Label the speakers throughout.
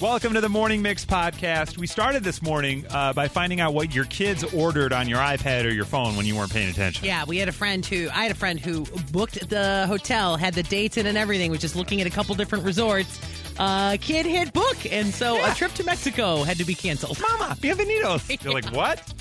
Speaker 1: Welcome to the Morning Mix podcast. We started this morning uh, by finding out what your kids ordered on your iPad or your phone when you weren't paying attention.
Speaker 2: Yeah, we had a friend who I had a friend who booked the hotel, had the dates in and everything, was just looking at a couple different resorts. Uh, kid hit book, and so
Speaker 1: Yeah.
Speaker 2: a trip to Mexico had to be canceled.
Speaker 1: Mama, bienvenidos. You're like, what?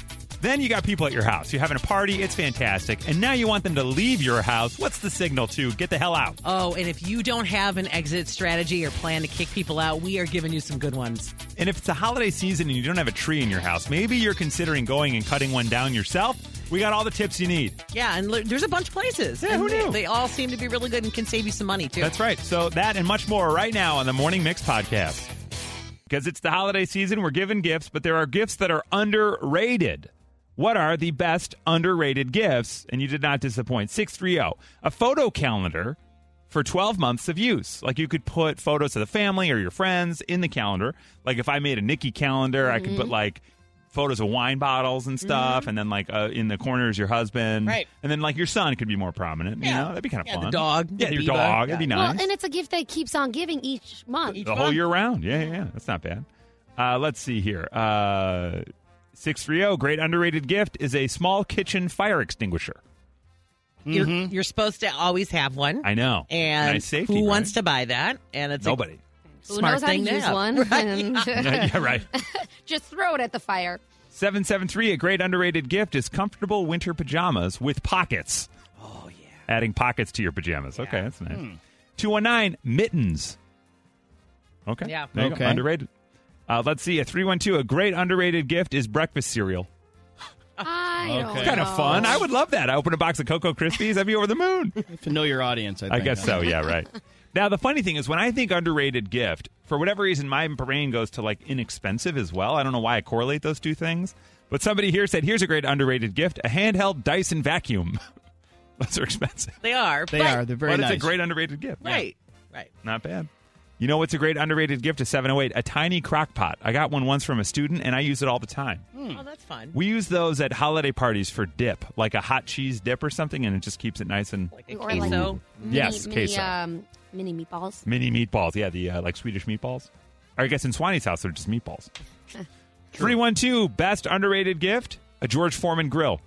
Speaker 1: Then you got people at your house. You're having a party. It's fantastic. And now you want them to leave your house. What's the signal to get the hell out?
Speaker 2: Oh, and if you don't have an exit strategy or plan to kick people out, we are giving you some good ones.
Speaker 1: And if it's the holiday season and you don't have a tree in your house, maybe you're considering going and cutting one down yourself. We got all the tips you need.
Speaker 2: Yeah, and look, there's a bunch of places.
Speaker 1: Yeah,
Speaker 2: and
Speaker 1: who
Speaker 2: they,
Speaker 1: knew?
Speaker 2: they all seem to be really good and can save you some money too.
Speaker 1: That's right. So that and much more right now on the Morning Mix podcast. Because it's the holiday season, we're giving gifts, but there are gifts that are underrated. What are the best underrated gifts? And you did not disappoint. 630, a photo calendar for 12 months of use. Like you could put photos of the family or your friends in the calendar. Like if I made a Nikki calendar, I
Speaker 2: Mm-hmm.
Speaker 1: could put like photos of wine bottles and stuff. And then like uh, in the corner is your husband.
Speaker 2: Right.
Speaker 1: And then like your son could be more prominent. You
Speaker 2: Yeah.
Speaker 1: know, that'd be kind of
Speaker 2: Yeah, the
Speaker 1: fun.
Speaker 2: dog,
Speaker 1: Yeah,
Speaker 2: the
Speaker 1: your
Speaker 2: Bieber.
Speaker 1: dog. That'd be
Speaker 2: Yeah.
Speaker 1: nice
Speaker 3: Well, and it's a gift that keeps on giving each month.
Speaker 1: the whole year round. Yeah, yeah, yeah. That's not bad. Uh, let's see here. Uh, 630, great underrated gift, is a small kitchen fire extinguisher.
Speaker 2: You're, you're supposed to always have one.
Speaker 1: Mm-hmm. I know.
Speaker 2: and
Speaker 1: nice safety.
Speaker 2: who
Speaker 1: right?
Speaker 2: wants to buy that? And it's
Speaker 1: Nobody.
Speaker 2: a
Speaker 3: Who
Speaker 2: smart
Speaker 3: knows how to
Speaker 2: thing
Speaker 3: use
Speaker 2: have.
Speaker 3: one? And
Speaker 1: yeah, yeah, right.
Speaker 3: just throw it at the fire.
Speaker 1: 773, a great underrated gift is comfortable winter pajamas with pockets. Oh, yeah. Adding pockets to your pajamas. Okay, that's nice. 219, mittens. Okay.
Speaker 2: Yeah.
Speaker 1: There you go.
Speaker 4: Okay.
Speaker 1: Underrated. Uh, let's see. A 312, a great underrated gift is breakfast cereal.
Speaker 3: I don't
Speaker 4: It's
Speaker 1: Kind of
Speaker 3: know.
Speaker 1: fun. I would love that. I open a box of Cocoa Krispies. I'd be over the moon.
Speaker 4: To know your audience, I,
Speaker 1: I
Speaker 4: think.
Speaker 1: guess so. Yeah, right. Now the funny thing is, when I think underrated gift, for whatever reason, my brain goes to like inexpensive as well. I don't know why I correlate those two things. But somebody here said, "Here's a great underrated gift: a handheld Dyson vacuum." those are expensive,
Speaker 2: They are.
Speaker 4: They
Speaker 2: but-
Speaker 4: are. They're very
Speaker 1: but
Speaker 4: nice.
Speaker 1: it's a great underrated gift. Yeah,
Speaker 2: Right. Right.
Speaker 1: not bad. You know what's a great underrated gift? A 708, a tiny crock pot. I got one once from a student, and I use it all the time.
Speaker 2: Oh, that's fun.
Speaker 1: We use those at holiday parties for dip, like a hot cheese dip or something, and it just keeps it nice and
Speaker 2: like a
Speaker 3: Or like-
Speaker 2: queso.
Speaker 3: Mini,
Speaker 1: yes,
Speaker 3: mini,
Speaker 1: queso.
Speaker 3: Um, mini meatballs.
Speaker 1: Mini meatballs. Yeah, the uh, like Swedish meatballs. Or I guess in Swanee's house, they're just meatballs. 312, best underrated gift? A George Foreman grill.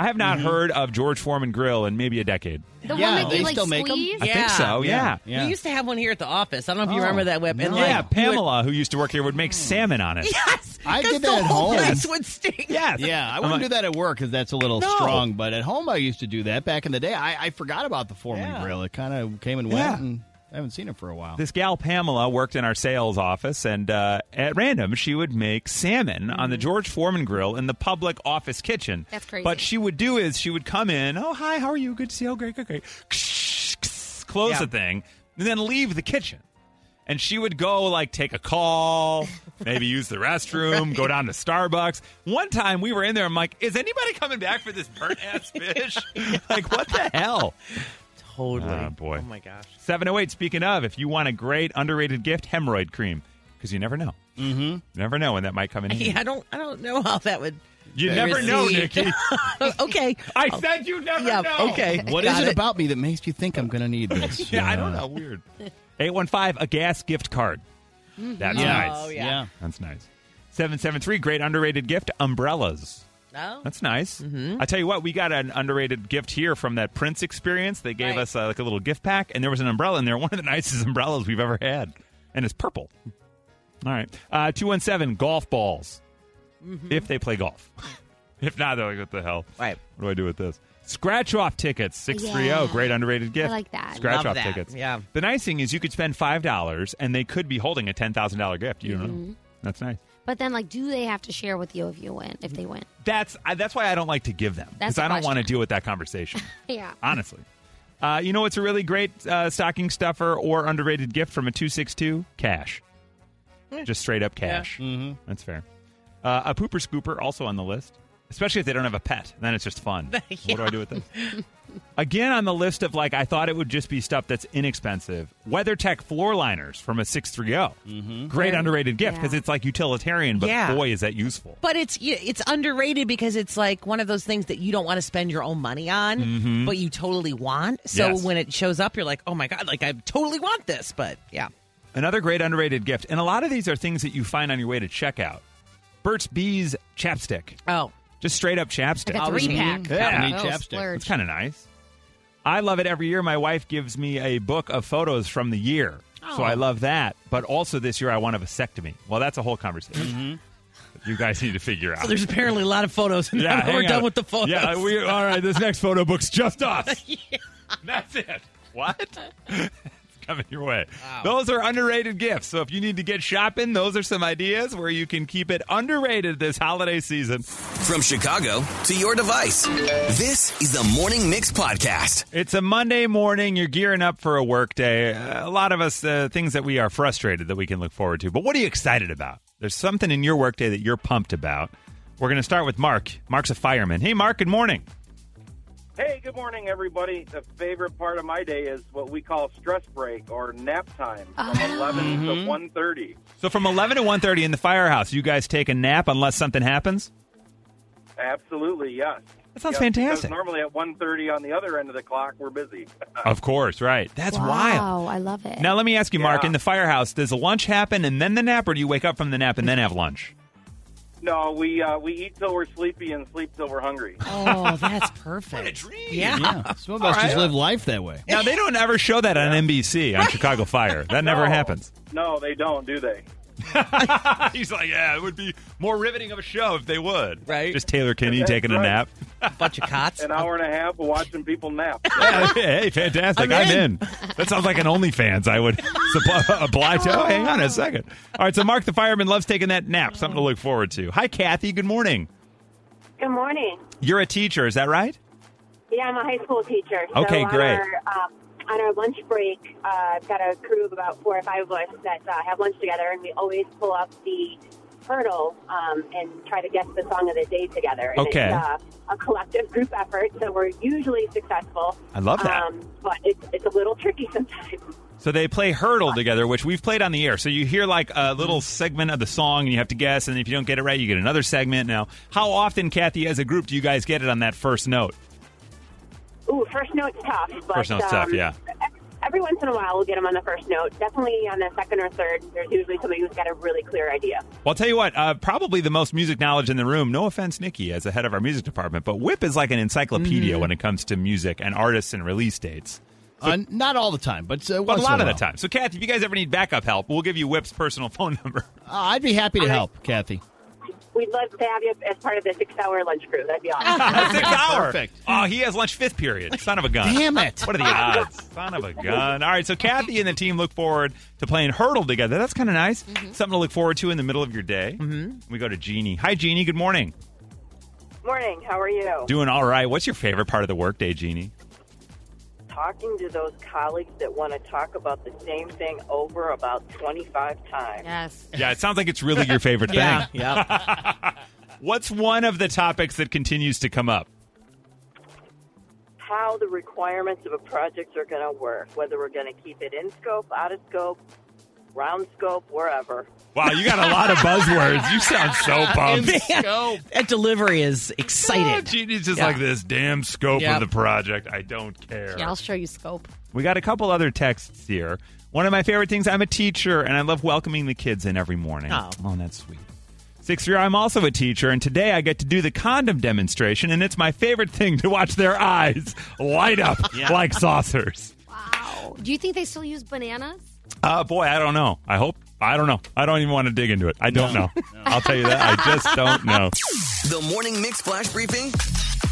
Speaker 1: I have not heard of George Foreman grill in maybe a decade.
Speaker 3: The
Speaker 4: Yeah,
Speaker 3: one that
Speaker 4: they
Speaker 3: you like
Speaker 4: still make 'em?
Speaker 3: squeeze.
Speaker 1: I think
Speaker 2: Yeah.
Speaker 1: so, yeah.
Speaker 4: Yeah. Yeah.
Speaker 2: We used to have one here at the office. I don't know if you
Speaker 4: Oh,
Speaker 2: remember that whip. And
Speaker 4: no.
Speaker 2: like,
Speaker 1: Yeah,
Speaker 2: you would-
Speaker 1: Pamela, who used to work here, would make salmon on it.
Speaker 2: yes,
Speaker 4: I
Speaker 2: because
Speaker 4: did
Speaker 2: the
Speaker 4: that at
Speaker 2: whole
Speaker 4: home.
Speaker 2: place would stink.
Speaker 1: Yeah,
Speaker 4: Yeah, I
Speaker 1: I'm
Speaker 4: wouldn't
Speaker 1: like,
Speaker 4: do that at work because that's a little
Speaker 1: No.
Speaker 4: strong. But at home, I used to do that back in the day. I, I forgot about the Foreman
Speaker 2: Yeah.
Speaker 4: grill. It kind of came and
Speaker 1: Yeah.
Speaker 4: went, and I haven't seen it for a while.
Speaker 1: This gal Pamela worked in our sales office, and uh, at random, she would make salmon on the George Foreman grill in the public office kitchen.
Speaker 3: Mm-hmm. That's crazy.
Speaker 1: But she would do is she would come in, oh hi, how are you? Good to see you. Oh, great, great, great. Close
Speaker 4: Yeah.
Speaker 1: the thing, and then leave the kitchen. And she would go like take a call, maybe use the restroom, go down to Starbucks. One time we were in there, I'm like, is anybody coming back for this burnt ass fish? like, what the hell?
Speaker 2: Totally.
Speaker 1: Ah, boy.
Speaker 2: Oh my gosh.
Speaker 1: 708, speaking of, if you want a great underrated gift, hemorrhoid cream, because you never know. Mm-hmm. You never know when that might come in handy.
Speaker 2: Yeah, I don't. I don't know how that would.
Speaker 1: You never know,
Speaker 2: Receipt.
Speaker 1: Nikki.
Speaker 2: okay.
Speaker 1: I said you never
Speaker 2: Oh. Yeah.
Speaker 1: know.
Speaker 2: Okay.
Speaker 4: What is
Speaker 2: Got
Speaker 4: it, about me that makes you think I'm going to need this?
Speaker 1: Yeah, I don't know. Weird. 815, a gas gift card. That's
Speaker 4: Yeah.
Speaker 1: nice.
Speaker 2: Oh, yeah.
Speaker 4: Yeah.
Speaker 1: That's nice. 773, great underrated gift, umbrellas.
Speaker 2: No.
Speaker 1: That's nice. Mm-hmm. I tell you what, we got an underrated gift here from that Prince experience. They gave
Speaker 2: Right.
Speaker 1: us uh, like a little gift pack, and there was an umbrella in there, one of the nicest umbrellas we've ever had, and it's purple. All right, uh, two one seven golf balls, if they play golf. if not, they're like, what the hell?
Speaker 2: Mm-hmm. Right.
Speaker 1: What do I do with this? Scratch off tickets, six three zero,
Speaker 3: Yeah.
Speaker 1: great underrated gift.
Speaker 3: like that.
Speaker 1: Scratch off
Speaker 2: Love that.
Speaker 1: tickets.
Speaker 2: Yeah.
Speaker 1: The nice thing is you could spend five dollars, and they could be holding a ten thousand dollar gift. You
Speaker 2: Mm-hmm.
Speaker 1: don't know. That's nice.
Speaker 3: But then, like, do they have to share with you if you win? If they win,
Speaker 1: That's I, that's why I don't like to give them
Speaker 3: That's
Speaker 1: because
Speaker 3: the
Speaker 1: I don't want to
Speaker 3: question.
Speaker 1: deal with that conversation.
Speaker 3: yeah.
Speaker 1: honestly. Uh, you know what's a really great uh, stocking stuffer or underrated gift from a 262? Cash.
Speaker 3: Hmm.
Speaker 1: Just straight up cash. Mm-hmm. That's fair. Uh, a pooper scooper also on the list, especially if they don't have a pet. Then it's just fun. What do I do with this? Again, on the list of like, I thought it would just be stuff that's inexpensive. WeatherTech floor liners from a 630. Great
Speaker 3: Yeah.
Speaker 1: underrated gift because
Speaker 3: Yeah.
Speaker 1: it's like utilitarian, but
Speaker 2: Yeah.
Speaker 1: boy, is that useful.
Speaker 2: But it's you- it's underrated because it's like one of those things that you don't want to spend your own money on, but you totally want. So
Speaker 1: Yes.
Speaker 2: when it shows up, you're like, oh my god, like I totally want this. But yeah,
Speaker 1: Another great underrated gift. And a lot of these are things that you find on your way to checkout. Burt's Bees chapstick.
Speaker 2: Oh,
Speaker 1: Just straight up chapstick.
Speaker 3: Like a three pack.
Speaker 4: Yeah. I Mm-hmm. need
Speaker 3: Oh,
Speaker 4: chapstick.
Speaker 3: splurge.
Speaker 1: It's kind of nice. I love it every year. My wife gives me a book of photos from the year. So I love that. But also this year, I want a vasectomy. Well, that's a whole conversation. You guys need to figure out.
Speaker 2: so there's apparently a lot of photos. And
Speaker 1: yeah,
Speaker 2: now we're
Speaker 1: hang
Speaker 2: done
Speaker 1: on.
Speaker 2: with the photos.
Speaker 1: Yeah, we all right. This next photo book's just us. That's it. What? It's Coming your way. Those are underrated gifts. So if you need to get shopping, those are some ideas where you can keep it underrated this holiday season.
Speaker 5: From Chicago to your device, this is the Morning Mix Podcast.
Speaker 1: It's a Monday morning. You're gearing up for a work day. A lot of us, uh, things that we are frustrated that we can look forward to. But what are you excited about? There's something in your workday that you're pumped about. We're going to start with Mark. Mark's a fireman. Hey, Mark, good morning.
Speaker 6: Hey, good morning, everybody. The favorite part of my day is what we call stress break or nap time from
Speaker 1: Ah.
Speaker 6: 11 to one thirty.
Speaker 1: So from 11 to 1.30 in the firehouse, you guys take a nap unless something happens?
Speaker 6: Absolutely, yes.
Speaker 1: That sounds
Speaker 6: Yes,
Speaker 1: fantastic.
Speaker 6: Because normally at one thirty on the other end of the clock, we're busy.
Speaker 1: Of course, right. That's wild.
Speaker 3: Wow, I love it.
Speaker 1: Now, let me ask you, Mark,
Speaker 6: Yeah.
Speaker 1: in the firehouse, does lunch happen and then the nap, or do you wake up from the nap and then have lunch?
Speaker 6: no, we uh, we eat till we're sleepy and sleep till we're hungry.
Speaker 2: Oh, that's perfect. what a dream. Yeah.
Speaker 4: Yeah. Some of us just live life that way.
Speaker 1: Now, they don't ever show that on NBC, on Chicago Fire. That never
Speaker 6: No.
Speaker 1: happens.
Speaker 6: No, they don't, do they?
Speaker 1: He's like, yeah, it would be more riveting of a show if they would.
Speaker 2: Right.
Speaker 1: Just Taylor Kinney
Speaker 6: That's
Speaker 1: taking a
Speaker 6: right.
Speaker 1: nap.
Speaker 2: bunch of cots.
Speaker 6: An hour and a half of watching people nap.
Speaker 1: hey, fantastic. I'm,
Speaker 2: I'm
Speaker 1: in.
Speaker 2: in.
Speaker 1: That sounds like an OnlyFans I would supp- oblige to. Oh, hang on a second. All right, so Mark the fireman loves taking that nap. Something to look forward to. Hi, Kathy. Good morning.
Speaker 7: Good morning.
Speaker 1: You're a teacher, is that right?
Speaker 7: Yeah, I'm a high school teacher.
Speaker 1: Okay,
Speaker 7: on
Speaker 1: great.
Speaker 7: Our, um, on our lunch break, uh, I've got a crew of about four or five of us that uh, have lunch together, and we always pull up the hurdle um, and try to guess the song of the day together. And
Speaker 1: Okay.
Speaker 7: It's, uh, a collective group effort, so we're usually successful.
Speaker 1: I love that.
Speaker 7: Um, but it's, it's a little tricky sometimes.
Speaker 1: So they play hurdle together, which we've played on the air. So you hear like a little segment of the song, and you have to guess. And if you don't get it right, you get another segment. Now, how often, Kathy, as a group, do you guys get it on that first note?
Speaker 7: Ooh, first note's tough. But,
Speaker 1: First note's
Speaker 7: um,
Speaker 1: tough, yeah.
Speaker 7: Every once in a while, we'll get them on the first note. Definitely on the second or third, there's usually somebody who's got a really clear idea.
Speaker 1: Well, I'll tell you what, uh, probably the most music knowledge in the room. No offense, Nikki, as the head of our music department, but Whip is like an encyclopedia
Speaker 4: Mm-hmm.
Speaker 1: when it comes to music and artists and release dates.
Speaker 4: Uh, not all the time, but, uh,
Speaker 1: But
Speaker 4: once
Speaker 1: a
Speaker 4: in
Speaker 1: lot of the
Speaker 4: while.
Speaker 1: time. So, Kathy, if you guys ever need backup help, we'll give you Whip's personal phone number.
Speaker 4: Uh, I'd be happy to help, Kathy.
Speaker 7: We'd love to have you as part of the six-hour lunch crew. That'd be awesome.
Speaker 1: Six hour.
Speaker 4: Perfect.
Speaker 1: Oh, he has lunch fifth period. Son of a gun.
Speaker 4: Damn it.
Speaker 1: What are the odds? Son of a gun. All right, so Kathy and the team look forward to playing hurdle together. That's kind of nice. Something to look forward to in the middle of your day. Mm-hmm. We go to Jeannie. Hi, Jeannie. Good morning.
Speaker 7: Morning. How are you?
Speaker 1: Doing all right. What's your favorite part of the workday, Jeannie?
Speaker 8: talking to those colleagues that want to talk about the same thing over about 25 times.
Speaker 3: yes.
Speaker 1: Yeah, it sounds like it's really your favorite thing.
Speaker 4: Yeah. yeah.
Speaker 1: What's one of the topics that continues to come up?
Speaker 8: How the requirements of a project are going to work, whether we're going to keep it in scope, out of scope, round scope, wherever.
Speaker 1: Wow, you got a lot of buzzwords. You sound so pumped.
Speaker 2: Man, that delivery is
Speaker 1: Ah,
Speaker 2: excited.
Speaker 1: Jeannie's just
Speaker 2: Yeah.
Speaker 1: like this damn scope
Speaker 2: Yep.
Speaker 1: of the project. I don't care.
Speaker 3: Yeah, I'll show you scope.
Speaker 1: We got a couple other texts here. One of my favorite things, I'm a teacher and I love welcoming the kids in every morning.
Speaker 2: Oh.
Speaker 1: that's sweet. Six year, I'm also a teacher, and today I get to do the condom demonstration, and it's my favorite thing to watch their eyes light up like saucers.
Speaker 3: Wow. Do you think they still use bananas?
Speaker 1: Uh, boy, I don't know. I hope. I don't know. I don't even want to dig into it. I don't know. I'll tell you that. I just don't know.
Speaker 5: The Morning Mix Flash Briefing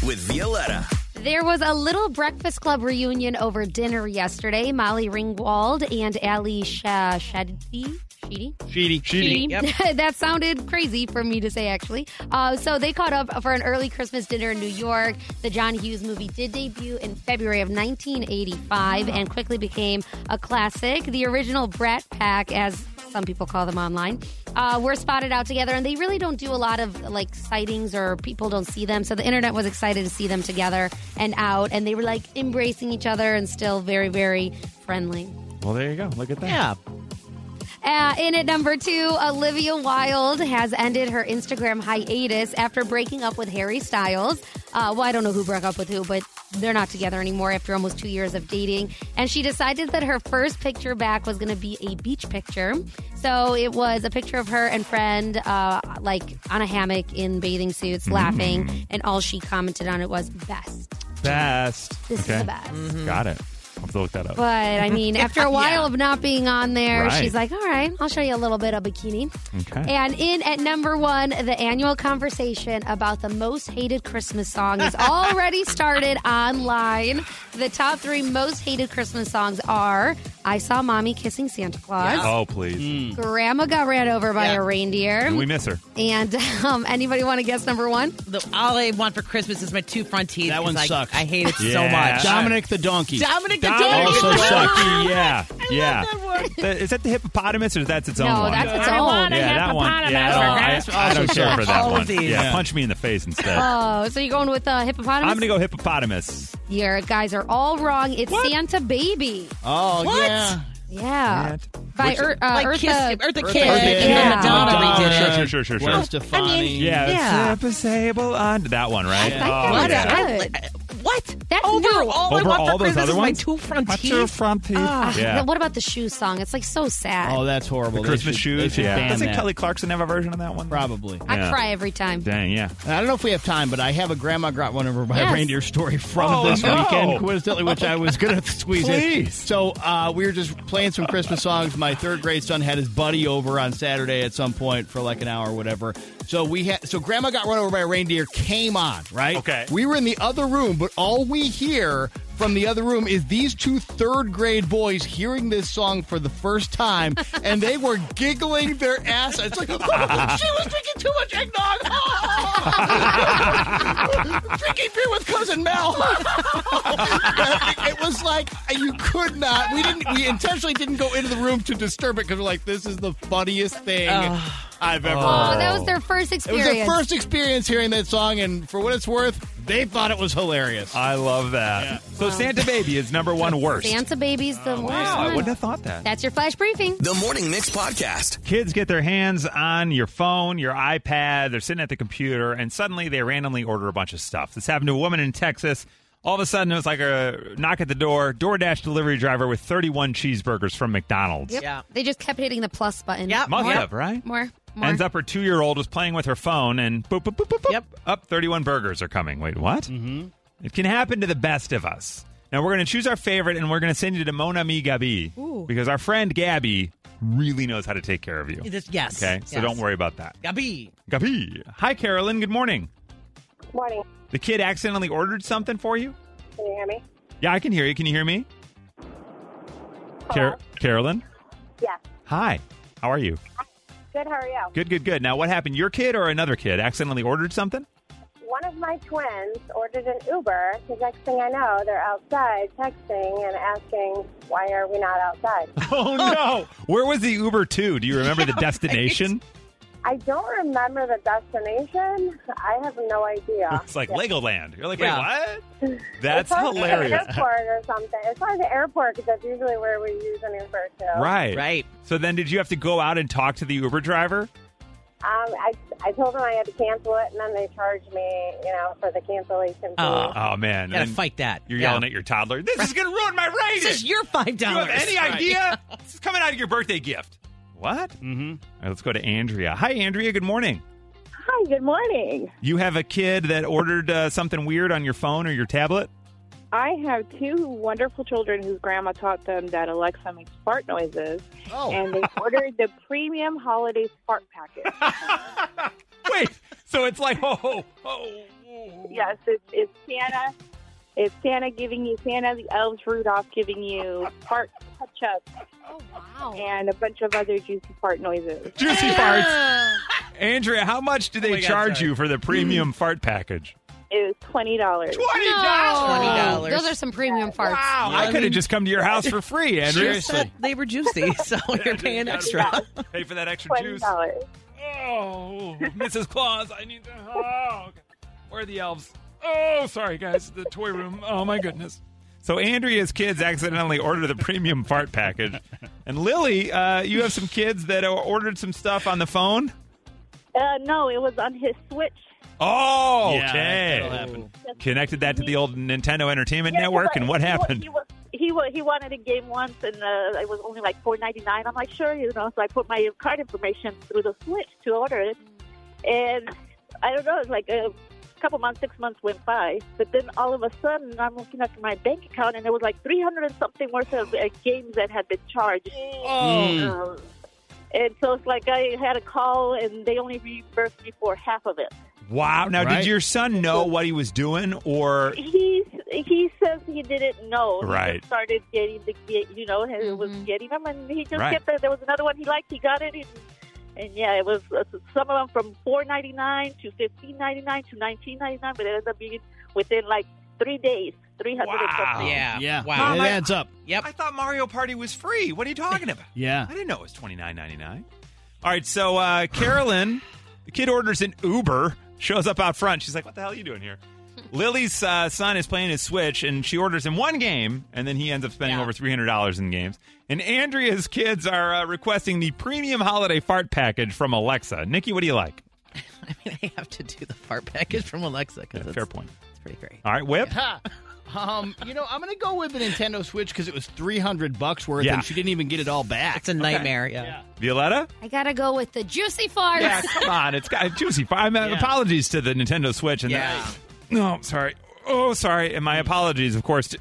Speaker 5: with Violetta.
Speaker 3: There was a little Breakfast Club reunion over dinner yesterday. Molly Ringwald and Ali Sha- Shadi. Sheedy?
Speaker 4: Sheedy.
Speaker 3: Sheedy. that sounded crazy for me to say, actually. Uh, so they caught up for an early Christmas dinner in New York. The John Hughes movie did debut in February of 1985 and quickly became a classic. The original Brat Pack, as some people call them online, uh, were spotted out together, and they really don't do a lot of like sightings or people don't see them. So the internet was excited to see them together and out, and they were like embracing each other and still very, very friendly.
Speaker 1: Well, there you go. Look at that.
Speaker 2: Yeah.
Speaker 3: Uh, in at number two, Olivia Wilde has ended her Instagram hiatus after breaking up with Harry Styles. Uh, well, I don't know who broke up with who, but they're not together anymore after almost two years of dating. And she decided that her first picture back was going to be a beach picture. So it was a picture of her and friend, uh, like on a hammock in bathing suits, laughing. And all she commented on it was best.
Speaker 1: Best.
Speaker 3: This is the best.
Speaker 1: Got it. I'll have to look that up.
Speaker 3: But I mean, after a while of not being on there,
Speaker 1: Right.
Speaker 3: she's like, all right, I'll show you a little bit of bikini.
Speaker 1: okay.
Speaker 3: And in at number one, the annual conversation about the most hated Christmas song is already started online. The top three most hated Christmas songs are I Saw Mommy Kissing Santa Claus,
Speaker 1: oh,
Speaker 3: Mm.
Speaker 1: please.
Speaker 3: Grandma Got Ran Over by
Speaker 2: Yeah.
Speaker 3: a Reindeer,
Speaker 1: We miss her.
Speaker 3: and um, anybody want to guess number one?
Speaker 2: The, all I want for Christmas is my two front teeth.
Speaker 4: That one
Speaker 2: 'cause I,
Speaker 4: sucks.
Speaker 2: I hate it so
Speaker 1: Yeah.
Speaker 2: much.
Speaker 4: Dominic the donkey.
Speaker 2: Dominic the
Speaker 1: That
Speaker 2: Dominic
Speaker 1: also
Speaker 2: is the
Speaker 1: sucked.
Speaker 2: one.
Speaker 1: Yeah. yeah.
Speaker 2: that one.
Speaker 1: Th- Is that the hippopotamus or that's its
Speaker 3: No,
Speaker 1: own one?
Speaker 3: that's its
Speaker 2: I
Speaker 3: own.
Speaker 2: want a
Speaker 1: yeah, that one. Yeah, I don't,
Speaker 2: hippopotamus for
Speaker 1: I, I don't
Speaker 2: Christmas.
Speaker 1: care for that
Speaker 2: All of
Speaker 1: one.
Speaker 2: these.
Speaker 1: Yeah,
Speaker 4: Yeah.
Speaker 1: punch me in the face instead.
Speaker 3: Oh, so you're going with uh, hippopotamus?
Speaker 1: I'm going to go hippopotamus.
Speaker 3: Your guys are all wrong. It's Santa Baby.
Speaker 4: Oh
Speaker 2: What?
Speaker 4: yeah.
Speaker 3: Yeah. By
Speaker 1: Which-
Speaker 3: Ur- uh,
Speaker 2: Like
Speaker 3: Eartha-
Speaker 2: Kiss, Eartha
Speaker 4: Eartha
Speaker 2: Kitt
Speaker 4: Kitt.
Speaker 2: and then
Speaker 3: Yeah.
Speaker 2: Madonna redid it.
Speaker 1: Madonna. Sure, sure, sure, sure,
Speaker 4: Gwen
Speaker 1: sure.
Speaker 4: Stefani.
Speaker 1: Yeah,
Speaker 3: Yeah.
Speaker 1: it's Sable on that one, right?
Speaker 3: I thought
Speaker 1: Oh,
Speaker 3: that
Speaker 1: yeah.
Speaker 3: was
Speaker 2: I-
Speaker 3: good.
Speaker 2: What?
Speaker 3: That's
Speaker 2: over
Speaker 3: new.
Speaker 2: all I
Speaker 1: Over
Speaker 2: want
Speaker 1: all
Speaker 2: for
Speaker 1: those
Speaker 2: Christmas
Speaker 1: other
Speaker 2: is
Speaker 1: ones?
Speaker 2: my two front
Speaker 1: What's
Speaker 2: teeth.
Speaker 1: your front teeth?
Speaker 3: Ah,
Speaker 1: yeah.
Speaker 3: What about the shoe song? It's like so sad.
Speaker 4: Oh, that's horrible. They
Speaker 1: Christmas
Speaker 4: should- they
Speaker 1: shoes.
Speaker 4: should
Speaker 1: Yeah.
Speaker 4: ban
Speaker 1: Doesn't
Speaker 4: that.
Speaker 1: Kelly Clarkson have a version of that one?
Speaker 4: Probably.
Speaker 3: I
Speaker 1: yeah.
Speaker 3: cry every time.
Speaker 1: Dang, yeah.
Speaker 4: And I don't know if we have time, but I have a grandma got one over my
Speaker 3: Yes.
Speaker 4: reindeer story from
Speaker 1: Oh,
Speaker 4: this
Speaker 1: no.
Speaker 4: weekend, coincidentally, which I was going to squeeze in.
Speaker 1: Please.
Speaker 4: So uh, we were just playing some Christmas songs. My third grade son had his buddy over on Saturday at some point for like an hour or whatever. So we had so grandma got run over by a reindeer came on right.
Speaker 1: Okay.
Speaker 4: we were in the other room, but all we hear. From the other room is these two third grade boys hearing this song for the first time, and they were giggling their ass. It's like, oh, she was drinking too much eggnog. drinking beer with cousin Mel. it was like you could not. We didn't. We intentionally didn't go into the room to disturb it because we're like, this is the funniest thing I've ever.
Speaker 3: Oh,
Speaker 4: heard.
Speaker 3: that was their first
Speaker 4: It was
Speaker 3: experience.
Speaker 4: their first experience hearing that song, and for what it's worth, they thought it was hilarious.
Speaker 1: I love that. So Santa Baby is number one worst.
Speaker 3: Santa Baby's the worst
Speaker 1: Wow, I
Speaker 3: one.
Speaker 1: wouldn't have thought that.
Speaker 3: That's your flash briefing.
Speaker 5: The Morning Mix Podcast.
Speaker 1: Kids get their hands on your phone, your iPad, they're sitting at the computer, and suddenly they randomly order a bunch of stuff. This happened to a woman in Texas. All of a sudden, it was like a knock at the door, DoorDash delivery driver with 31 cheeseburgers from McDonald's.
Speaker 2: Yeah.
Speaker 3: They just kept hitting the plus button.
Speaker 2: Yep.
Speaker 1: Must
Speaker 2: More.
Speaker 1: have, right?
Speaker 3: More. More.
Speaker 1: Ends up her two year old was playing with her phone and boop, boop, boop, boop, boop.
Speaker 2: Yep.
Speaker 1: Up 31 burgers are coming. Wait, what? Mm-hmm. It can happen to the best of us. Now we're going to choose our favorite and we're going to send you to Mon Ami Gabby because our friend Gabby really knows how to take care of you.
Speaker 2: This- yes.
Speaker 1: Okay, so
Speaker 2: Yes.
Speaker 1: don't worry about that.
Speaker 2: Gabi.
Speaker 1: Gabby. Hi, Carolyn. Good morning.
Speaker 7: Morning.
Speaker 1: The kid accidentally ordered something for you?
Speaker 7: Can you hear me?
Speaker 1: Yeah, I can hear you. Can you hear me? Car- Carolyn?
Speaker 7: Yeah.
Speaker 1: Hi. How are you?
Speaker 7: Good. How are you?
Speaker 1: Good, good, good. Now, what happened? Your kid or another kid accidentally ordered something?
Speaker 7: One of my twins ordered an Uber. The next thing I know, they're outside texting and asking, "Why are we not outside?"
Speaker 1: Oh, no. Where was the Uber to? Do you remember the destination?
Speaker 7: I don't remember the destination. I have no idea.
Speaker 1: It's like
Speaker 7: Yeah.
Speaker 1: Legoland. You're like,
Speaker 2: Yeah.
Speaker 1: wait, what? That's
Speaker 7: It's probably at
Speaker 1: hilarious.
Speaker 7: The airport or something. It's probably the airport because that's usually where we use an Uber to.
Speaker 1: Right.
Speaker 2: Right.
Speaker 1: So then did you have to go out and talk to the Uber driver?
Speaker 7: Um, I, I told them I had to cancel it, and then they charged me, you know, for the cancellation fee.
Speaker 2: Oh.
Speaker 1: Oh, man.
Speaker 2: Gotta
Speaker 1: And
Speaker 2: fight that.
Speaker 1: You're
Speaker 2: Yeah.
Speaker 1: yelling at your toddler. This is going to ruin my rating.
Speaker 2: This is your $5.
Speaker 1: Do you have any
Speaker 2: Right.
Speaker 1: idea? this is coming out of your birthday gift. What? Mm-hmm. All right, let's go to Andrea. Hi, Andrea. Good morning.
Speaker 7: Hi, good morning.
Speaker 1: You have a kid that ordered uh, something weird on your phone or your tablet?
Speaker 7: I have two wonderful children whose grandma taught them that Alexa makes fart noises, and they ordered the premium holiday fart package.
Speaker 1: Wait, so it's like, oh, oh,
Speaker 7: yes, it's, it's Santa. It's Santa giving you Santa, the elves, Rudolph giving you fart touch up,
Speaker 3: oh, wow.
Speaker 7: and a bunch of other juicy fart noises.
Speaker 1: juicy farts. Andrea, how much do they
Speaker 2: my God,
Speaker 1: charge
Speaker 2: sorry.
Speaker 1: you for the premium fart package?
Speaker 7: It was twenty dollars.
Speaker 1: Mm-hmm. Twenty
Speaker 3: No.
Speaker 2: $20.
Speaker 3: Those are some premium farts.
Speaker 1: Wow,
Speaker 2: I
Speaker 1: I could
Speaker 2: mean-
Speaker 1: have just come to your house for free, Andrea.
Speaker 2: Just that They were juicy, so you're paying extra.
Speaker 1: Pay for that extra
Speaker 7: Twenty
Speaker 1: juice.
Speaker 7: dollars.
Speaker 1: Oh, Mrs. Claus, I need to. Oh, okay. where are the elves? Oh, sorry, guys, the toy room. Oh my goodness. So Andrea's kids accidentally ordered the premium fart package, and Lily, uh, you have some kids that ordered some stuff on the phone.
Speaker 9: Uh, no, it was on his Switch.
Speaker 1: Oh,
Speaker 10: Yeah,
Speaker 1: okay.
Speaker 10: that'll happen.
Speaker 1: Connected that to the old Nintendo Entertainment
Speaker 9: Yeah,
Speaker 1: Network,
Speaker 9: but
Speaker 1: and what
Speaker 9: he wa-
Speaker 1: happened?
Speaker 9: He, wa- he, wa- he wanted a game once, and uh, it was only like four ninety nine. I'm like, sure, you know. So I put my card information through the Switch to order it, and I don't know, it's like a couple months, six months went by, but then all of a sudden, I'm looking at my bank account, and there was like three hundred and something worth of uh, games that had been charged. Uh, and so it's like I had a call, and they only reimbursed me for half of it.
Speaker 1: Wow. Now,
Speaker 4: Right.
Speaker 1: did your son know what he was doing, or
Speaker 9: He he says he didn't know. He
Speaker 1: Right.
Speaker 9: just started getting the get, you know, it was
Speaker 3: Mhm.
Speaker 9: getting them, and he just
Speaker 1: Right.
Speaker 9: kept it. There was another one he liked. He got it, and, and yeah, it was uh, some of them from four ninety nine to fifteen ninety nine to nineteen ninety nine, but it ended up being within like three days, three hundred and
Speaker 1: Wow.
Speaker 9: something.
Speaker 2: Yeah.
Speaker 10: Yeah.
Speaker 2: Wow.
Speaker 10: It adds up.
Speaker 1: I thought Mario Party was free. What are you talking about?
Speaker 10: Yeah.
Speaker 1: I didn't know it was twenty nine ninety nine. All right, so uh, Carolyn, the kid orders an Uber, shows up out front. She's like, "What the hell are you doing here?" Lily's uh, son is playing his Switch, and she orders him one game, and then he ends up spending
Speaker 2: Yeah.
Speaker 1: over three hundred dollars in games. And Andrea's kids are uh, requesting the premium holiday fart package from Alexa. Nikki, what do you like?
Speaker 2: I mean, I have to do the fart package from Alexa because it's,
Speaker 1: Fair point.
Speaker 2: it's pretty great.
Speaker 1: All right, Whip.
Speaker 4: Ha. Um, you know, I'm gonna go with the Nintendo Switch because it was 300 bucks worth,
Speaker 1: Yeah.
Speaker 4: and she didn't even get it all back.
Speaker 2: It's a nightmare. Yeah.
Speaker 1: Violetta.
Speaker 3: I gotta go with the juicy farts.
Speaker 1: Yeah, come on. It's got juicy. I mean, apologies to the Nintendo Switch and
Speaker 2: Yeah. Mm.
Speaker 1: the, no, sorry. Oh, sorry. And my apologies, of course, to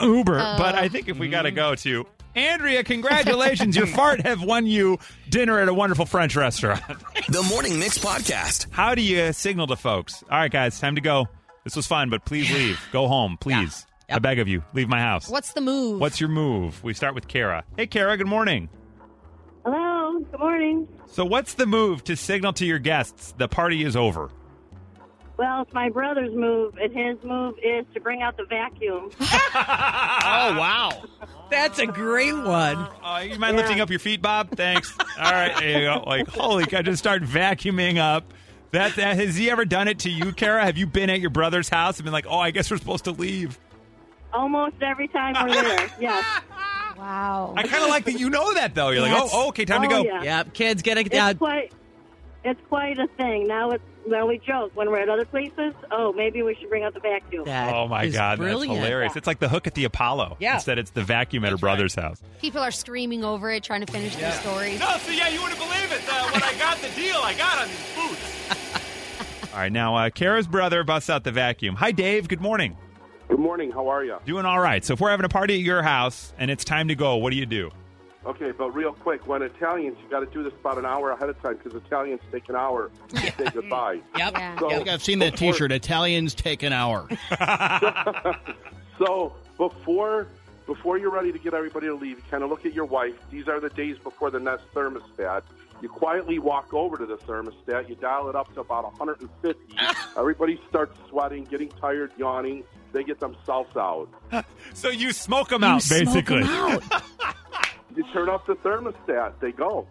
Speaker 1: Uber.
Speaker 2: Uh,
Speaker 1: but I think if we
Speaker 2: mm-hmm.
Speaker 1: got to go to Andrea, congratulations. Your fart have won you dinner at a wonderful French restaurant.
Speaker 5: The Morning Mix Podcast.
Speaker 1: How do you signal to folks? All right, guys, time to go. This was fun, but please leave. Go home, please.
Speaker 2: Yeah.
Speaker 1: I beg of you. Leave my house.
Speaker 3: What's the move?
Speaker 1: What's your move? We start with Kara. Hey, Kara. Good morning.
Speaker 9: Hello. Good morning.
Speaker 1: So, what's the move to signal to your guests the party is over?
Speaker 9: Well, it's my brother's move, and his move is to bring out the vacuum.
Speaker 4: Oh wow!
Speaker 2: That's a great one.
Speaker 1: Uh, you mind lifting up your feet, Bob? Thanks. All right, there you go. Like, holy cow, just start vacuuming up. That, that has he ever done it to you, Kara? Have you been at your brother's house and been like, "Oh, I guess we're supposed to leave"?
Speaker 9: Almost every time we're there. Yes.
Speaker 3: wow.
Speaker 1: I kind of like that you know that though. You're like,
Speaker 2: Yes.
Speaker 1: "Oh, okay, time to go."
Speaker 9: Oh, yeah.
Speaker 2: Yep. Kids, get it
Speaker 9: It's
Speaker 2: out.
Speaker 9: quite, it's quite a thing. Now it's now we joke when we're at other places. Oh, maybe we should bring out the vacuum.
Speaker 2: That
Speaker 1: Oh my
Speaker 2: is
Speaker 1: god,
Speaker 2: brilliant.
Speaker 1: that's hilarious! It's like the hook at the Apollo.
Speaker 2: Yeah.
Speaker 1: Instead, it's the vacuum at her brother's house.
Speaker 3: People are screaming over it, trying to finish their stories.
Speaker 1: No, so yeah, you wouldn't believe it. Uh, when I got the deal, I got on these boots. All right, now uh, Kara's brother busts out the vacuum. Hi, Dave. Good morning.
Speaker 6: Good morning. How are you?
Speaker 1: Doing all right. So if we're having a party at your house and it's time to go, what do you do?
Speaker 6: Okay, but real quick, when Italians, you got to do this about an hour ahead of time because Italians take an hour to say goodbye.
Speaker 2: Yep.
Speaker 3: Yeah.
Speaker 6: So,
Speaker 4: I think I've seen that
Speaker 6: before-
Speaker 4: T-shirt. Italians take an hour.
Speaker 6: So before before you're ready to get everybody to leave, you kind of look at your wife. These are the days before the next thermostat. You quietly walk over to the thermostat. You dial it up to about 150. everybody starts sweating, getting tired, yawning. They get themselves out.
Speaker 1: So you smoke them out, basically.
Speaker 6: You turn off the thermostat. They go.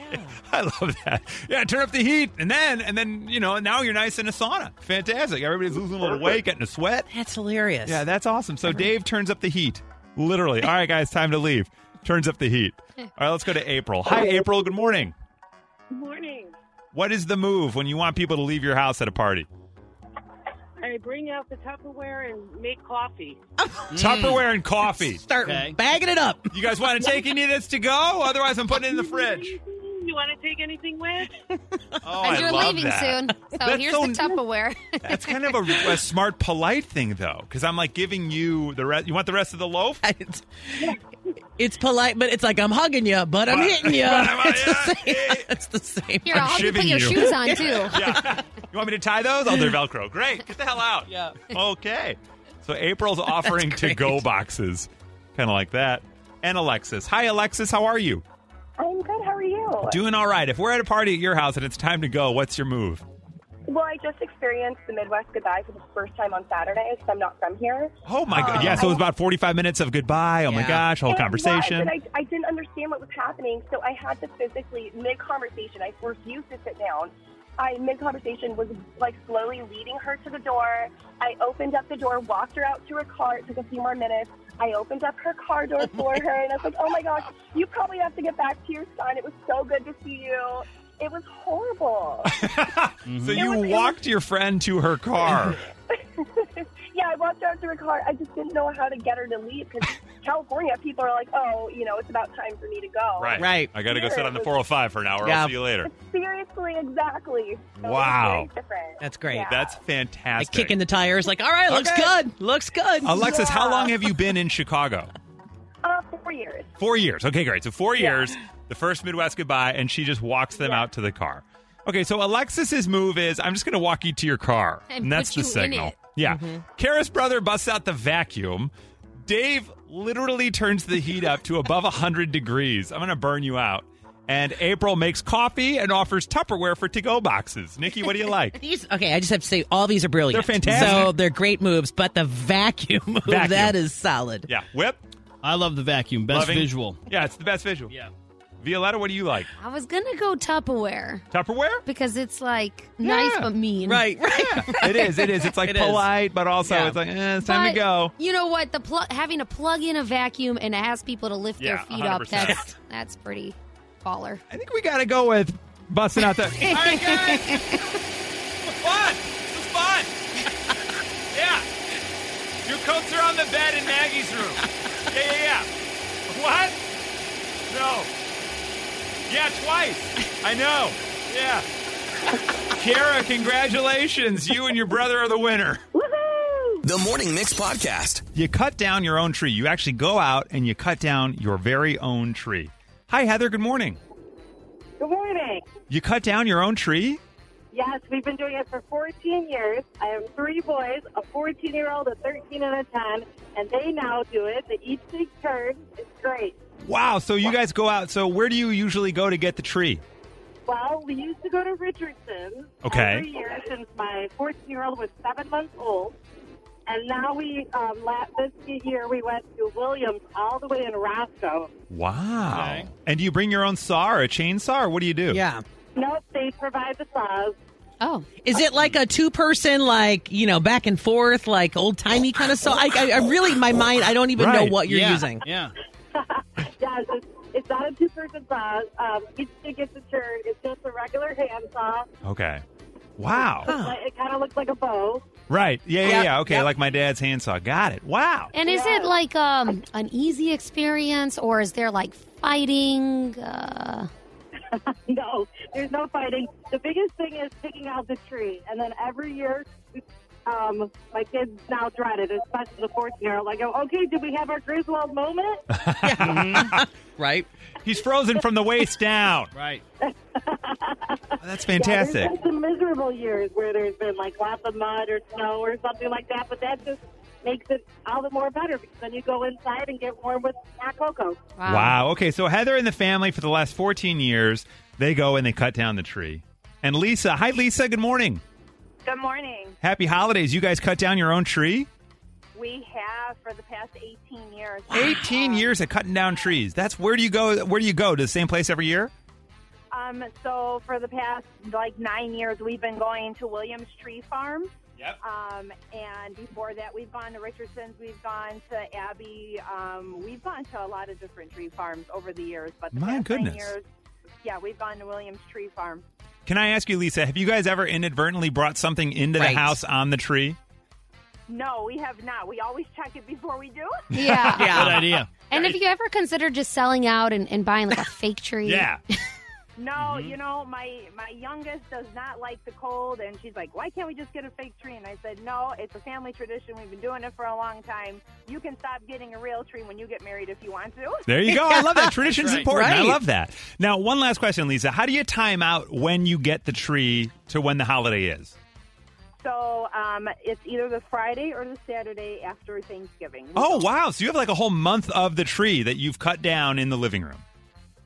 Speaker 1: I love that. Yeah, turn up the heat, and then and then you know now you're nice in a sauna. Fantastic. Everybody's losing a little weight, getting a sweat.
Speaker 2: That's hilarious.
Speaker 1: Yeah, that's awesome. So Dave turns up the heat, literally. All right, guys, time to leave. Turns up the heat. All right, let's go to April. Hi, April. Good morning.
Speaker 9: Good morning.
Speaker 1: What is the move when you want people to leave your house at a party?
Speaker 9: I bring out the Tupperware and make coffee.
Speaker 1: Tupperware and coffee.
Speaker 2: Start
Speaker 4: Okay.
Speaker 2: bagging it up.
Speaker 1: You guys want to take any of this to go? Otherwise, I'm putting it in the fridge.
Speaker 9: You want to take anything with?
Speaker 1: Oh,
Speaker 3: And
Speaker 1: I
Speaker 3: you're
Speaker 1: love
Speaker 3: leaving
Speaker 1: that.
Speaker 3: soon, so
Speaker 1: That's
Speaker 3: here's
Speaker 1: so
Speaker 3: the Tupperware.
Speaker 1: That's kind of a, a smart, polite thing, though, because I'm like giving you the rest. You want the rest of the loaf?
Speaker 2: It's, it's polite, but it's like I'm hugging you, but I'm
Speaker 1: But-
Speaker 2: hitting you.
Speaker 1: but I'm-
Speaker 2: It's the
Speaker 1: yeah,
Speaker 2: same.
Speaker 1: eh.
Speaker 2: It's the same.
Speaker 3: Here, I'll help you put
Speaker 1: shivving
Speaker 3: your
Speaker 1: you.
Speaker 3: shoes on too.
Speaker 1: Yeah. you want me to tie those? Oh, they're Velcro. Great. Get the hell out.
Speaker 2: Yeah.
Speaker 1: Okay. So April's offering
Speaker 2: That's
Speaker 1: to
Speaker 2: great.
Speaker 1: go boxes, kind of like that. And Alexis. Hi, Alexis. How are you?
Speaker 9: I'm good. How are you?
Speaker 1: Doing all right. If we're at a party at your house and it's time to go, what's your move?
Speaker 9: Well, I just experienced the Midwest goodbye for the first time on Saturday because I'm not from here.
Speaker 1: Oh, my God. Yeah. So it was about 45 minutes of goodbye. Oh, my
Speaker 2: Uh, Yeah.
Speaker 1: gosh. Whole
Speaker 9: And it
Speaker 1: conversation.
Speaker 9: Was, and I, I didn't understand what was happening, so I had to physically, mid conversation, I refused to sit down. I, mid conversation, was like slowly leading her to the door. I opened up the door, walked her out to her car. It took a few more minutes. I opened up her car door for her, and I was like, oh my gosh, you probably have to get back to your son. It was so good to see you. It was horrible.
Speaker 1: So you
Speaker 9: was- it was-
Speaker 1: walked your friend to her car.
Speaker 9: yeah, I walked out to her car. I just didn't know how to get her to leave because California people are like, oh, you know, it's about time for me to go.
Speaker 2: Right.
Speaker 1: I got to go sit on the 405 for an hour.
Speaker 2: Yeah.
Speaker 1: I'll see you later.
Speaker 9: Seriously, exactly. So it was
Speaker 1: Wow.
Speaker 9: very different.
Speaker 2: That's great.
Speaker 9: Yeah.
Speaker 1: That's
Speaker 2: Like
Speaker 1: fantastic.
Speaker 2: kicking the tires, like, all right, looks
Speaker 1: Okay.
Speaker 2: good. Looks good.
Speaker 1: Alexis, how long have you been in Chicago?
Speaker 9: Uh, four years.
Speaker 1: Four years. Okay, great. So four years, the first Midwest goodbye, and she just walks them out to the car. Okay, so Alexis's move is I'm just going to walk you to your car,
Speaker 3: And
Speaker 1: and, that's
Speaker 3: put
Speaker 1: the
Speaker 3: you in
Speaker 1: signal.
Speaker 3: it. Mm-hmm.
Speaker 1: Yeah. Kara's brother busts out the vacuum. Dave literally turns the heat up to above 100 degrees. I'm going to burn you out. And April makes coffee and offers Tupperware for to-go boxes. Nikki, what do you like?
Speaker 2: These, okay, I just have to say, all these are brilliant.
Speaker 1: They're fantastic.
Speaker 2: So they're great moves, but the vacuum move,
Speaker 1: Vacuum.
Speaker 2: that is solid.
Speaker 1: Yeah, whip.
Speaker 4: I love the vacuum. Best
Speaker 1: Loving.
Speaker 4: visual.
Speaker 1: Yeah, it's the best visual.
Speaker 4: Yeah.
Speaker 1: Violetta, what do you like?
Speaker 3: I was gonna go Tupperware
Speaker 1: Tupperware?
Speaker 3: because it's like nice
Speaker 1: Yeah.
Speaker 3: but mean.
Speaker 2: Right, right.
Speaker 1: it is. It is. It's like
Speaker 2: It is.
Speaker 1: polite, but also
Speaker 2: Yeah.
Speaker 1: it's like eh, it's
Speaker 3: But
Speaker 1: time to go.
Speaker 3: You know what? The pl- having to plug in a vacuum and ask people to lift their
Speaker 1: Yeah,
Speaker 3: feet up
Speaker 1: 100%.
Speaker 3: that's that's pretty baller.
Speaker 1: I think we got to go with busting out the. All right, guys. Fun. This is fun. yeah. Your coats are on the bed in Maggie's room. Yeah, yeah, yeah. What? No. Yeah, twice. I know. Yeah. Kara, congratulations. You and your brother are the winner.
Speaker 5: The Morning Mix Podcast.
Speaker 1: You cut down your own tree. You actually go out and you cut down your very own tree. Hi, Heather. Good morning.
Speaker 9: Good morning.
Speaker 1: You cut down your own tree?
Speaker 9: Yes, we've been doing it for 14 years. I have three boys, a 14 year old, a 13, and a 10, and they now do it. They each take turns. It's great.
Speaker 1: Wow. So you guys go out. So where do you usually go to get the tree?
Speaker 9: Well, we used to go to Richardson's
Speaker 1: Okay.
Speaker 9: every year since my 14 year old was seven months old. And now we, um, la- this year, we went to Williams all the way in Roscoe.
Speaker 1: Wow. And do you bring your own saw or a chainsaw or what do you do?
Speaker 2: Yeah.
Speaker 9: Nope, they provide the saws.
Speaker 3: Oh,
Speaker 2: Is it like a two person, like, you know, back and forth, like old timey kind of saw? I, I, I really, my mind, I don't even
Speaker 1: Right.
Speaker 2: know what you're
Speaker 4: yeah.
Speaker 2: using.
Speaker 4: Yeah.
Speaker 9: Yes, it's, it's not a two person saw. Um, each thing gets a turn. It's just a regular hand saw.
Speaker 1: Okay. Wow.
Speaker 2: Huh.
Speaker 9: Like, it kind of looks like a bow.
Speaker 1: Right. Yeah, yeah,
Speaker 2: Yep,
Speaker 1: yeah. Okay.
Speaker 2: yep.
Speaker 1: Like my dad's handsaw. Got it. Wow.
Speaker 3: and is
Speaker 9: Yeah.
Speaker 3: it like um an easy experience or is there like fighting? Uh,
Speaker 9: No, there's no fighting. The biggest thing is picking out the tree, and then every year, um, my kids now dread it, especially the fourth year. Like, oh, okay, did we have our Griswold moment?
Speaker 2: Right?
Speaker 1: He's frozen from the waist down. Oh,
Speaker 4: Right.
Speaker 1: That's
Speaker 9: Yeah, there's
Speaker 1: fantastic.
Speaker 9: been some miserable years where there's been like lots of mud or snow or something like that, but that just makes it all the more better because then you go inside and get warm with hot cocoa.
Speaker 3: wow.
Speaker 1: Wow. Okay. So Heather and the family for the last 14 years, they go and they cut down the tree. And Lisa, hi Lisa, good morning.
Speaker 9: Good morning.
Speaker 1: Happy holidays. You guys cut down your own tree?
Speaker 9: We have for the past 18 years.
Speaker 1: 18 years of cutting down trees. That's where do you go? Where do you go? To the same place every year?
Speaker 9: Um, so for the past like nine years, we've been going to Williams Tree Farm.
Speaker 1: Yep.
Speaker 9: Um, and before that, we've gone to Richardson's, we've gone to Abbey, um, we've gone to a lot of different tree farms over the years. But the
Speaker 1: My
Speaker 9: past
Speaker 1: goodness.
Speaker 9: nine years, yeah, we've gone to Williams Tree Farm.
Speaker 1: Can I ask you, Lisa, have you guys ever inadvertently brought something into
Speaker 2: Right.
Speaker 1: the house on the tree?
Speaker 9: No, we have not. We always check it before we do.
Speaker 3: Yeah.
Speaker 4: Good idea.
Speaker 3: And have you ever considered just selling out and, and buying like a fake tree?
Speaker 1: Yeah.
Speaker 9: No,
Speaker 1: Mm-hmm.
Speaker 9: you know, my my youngest does not like the cold, and she's like, "Why can't we just get a fake tree?" And I said, "No, it's a family tradition. We've been doing it for a long time. You can stop getting a real tree when you get married if you want to."
Speaker 1: There you go. I love that. Tradition's
Speaker 4: right.
Speaker 1: important. I
Speaker 2: Right.
Speaker 1: love that. Now, one last question, Lisa. How do you time out when you get the tree to when the holiday is?
Speaker 9: So um, it's either the Friday or the Saturday after Thanksgiving. We
Speaker 1: Oh,
Speaker 9: go-
Speaker 1: wow. So you have like a whole month of the tree that you've cut down in the living room.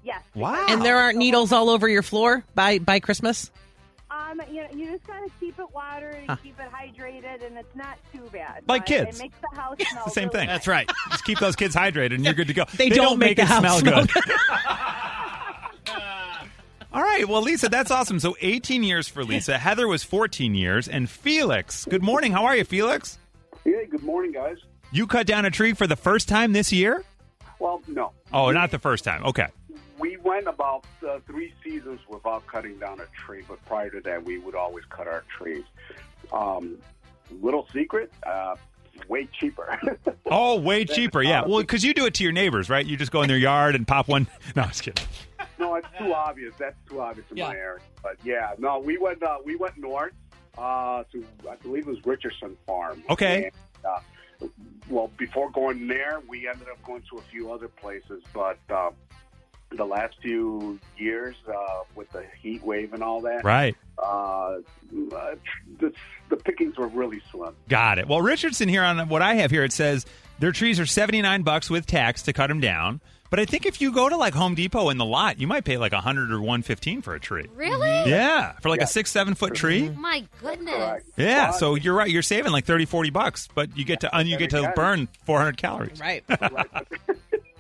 Speaker 9: Yes.
Speaker 1: Wow.
Speaker 2: uh, And there aren't needles all over your floor by, by Christmas?
Speaker 9: Um, you, know, you just gotta keep it watered and
Speaker 2: Huh.
Speaker 9: keep it hydrated, and it's not too bad.
Speaker 1: Like
Speaker 9: But
Speaker 1: kids.
Speaker 9: It makes the house smell.
Speaker 1: the same
Speaker 9: really
Speaker 1: thing.
Speaker 9: nice.
Speaker 4: That's right.
Speaker 1: Just keep those kids hydrated and you're good to go.
Speaker 2: They don't make the
Speaker 1: it
Speaker 2: house
Speaker 1: smell
Speaker 2: smell
Speaker 1: good. All right. Well, Lisa, that's awesome. So 18 years for Lisa. Heather was 14 years. And Felix, good morning. How are you, Felix?
Speaker 6: Hey, good morning, guys.
Speaker 1: You cut down a tree for the first time this year?
Speaker 6: Well, no.
Speaker 1: Oh, not the first time. Okay.
Speaker 10: we went about uh, three seasons without cutting down a tree, but prior to that, we would always cut our trees. Um, little secret, uh, way cheaper.
Speaker 1: Oh, way cheaper. Yeah. Well, because you do it to your neighbors, right? You just go in their yard and pop one. No, I was kidding.
Speaker 10: no, it's too obvious. That's too obvious in my
Speaker 2: Yeah.
Speaker 10: area. But yeah, no, we went uh, we went north uh, to I believe it was Richardson Farm.
Speaker 1: Okay.
Speaker 10: And, uh, well, before going there, we ended up going to a few other places, but uh, the last few years uh, with the heat wave and all that,
Speaker 1: Right.
Speaker 10: uh, the, the pickings were really slim.
Speaker 1: Got it. Well, Richardson here on what I have here, it says their trees are 79 bucks with tax to cut them down. But I think if you go to like Home Depot in the lot, you might pay like 100 or 115 for a tree.
Speaker 3: Really?
Speaker 1: Yeah, for like a six, seven foot
Speaker 2: Mm-hmm.
Speaker 1: tree.
Speaker 3: My goodness.
Speaker 10: Correct.
Speaker 1: Yeah,
Speaker 10: But-
Speaker 1: so you're right. You're saving like 30, 40 bucks, but you get to un, you get to burn 400 calories.
Speaker 2: Right.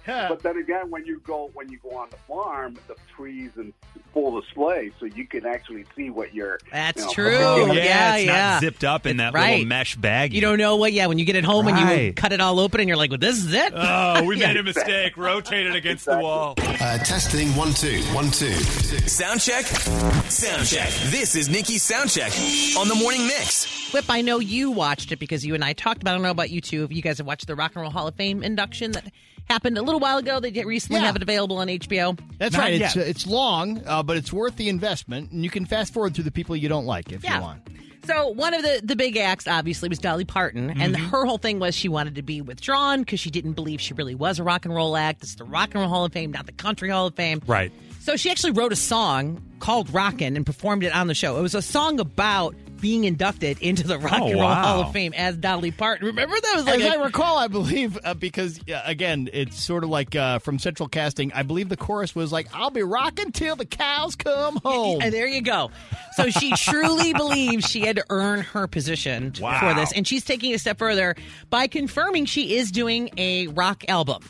Speaker 10: But then again, when you go when you go on the farm, the trees in full display, so you can actually see what you're.
Speaker 2: That's
Speaker 10: you know,
Speaker 2: true.
Speaker 1: Oh, yeah,
Speaker 2: yeah,
Speaker 1: it's
Speaker 2: yeah.
Speaker 1: not zipped up in
Speaker 2: It's
Speaker 1: that
Speaker 2: right.
Speaker 1: little mesh bag.
Speaker 2: You don't know what? Yeah, when you get it home and you
Speaker 1: Right.
Speaker 2: cut it all open and you're like, well, this is it.
Speaker 1: Oh, we made a mistake. Rotate it against the wall.
Speaker 11: Uh, testing one two one two.
Speaker 5: Sound check. Sound check. This is Nikki's sound check on the morning mix.
Speaker 2: Whip, I know you watched it because you and I talked about. it. I don't know about you two. If you guys have watched the Rock and Roll Hall of Fame induction that happened a little while ago, they did recently
Speaker 4: Yeah.
Speaker 2: have it available on HBO.
Speaker 4: That's
Speaker 1: Not
Speaker 4: right. It's,
Speaker 1: yet.
Speaker 4: uh, it's long, uh, but it's worth the investment, and you can fast forward through the people you don't like if you want.
Speaker 2: So one of the the big acts obviously was Dolly Parton, and
Speaker 1: Mm-hmm.
Speaker 2: her whole thing was she wanted to be withdrawn because she didn't believe she really was a rock and roll act. This is the Rock and Roll Hall of Fame, not the Country Hall of Fame.
Speaker 1: Right.
Speaker 2: So she actually wrote a song called Rockin' and performed it on the show. It was a song about being inducted into the Rock
Speaker 1: Oh,
Speaker 2: and Roll
Speaker 1: wow.
Speaker 2: Hall of Fame as Dolly Parton. Remember that was like
Speaker 4: As I
Speaker 2: a-
Speaker 4: recall, I believe uh, because uh, again, it's sort of like uh, from Central Casting. I believe the chorus was like, "I'll be rocking till the cows come home."
Speaker 2: And there you go. So she truly believes she had to earn her position
Speaker 1: Wow.
Speaker 2: for this. And she's taking it a step further by confirming she is doing a rock album.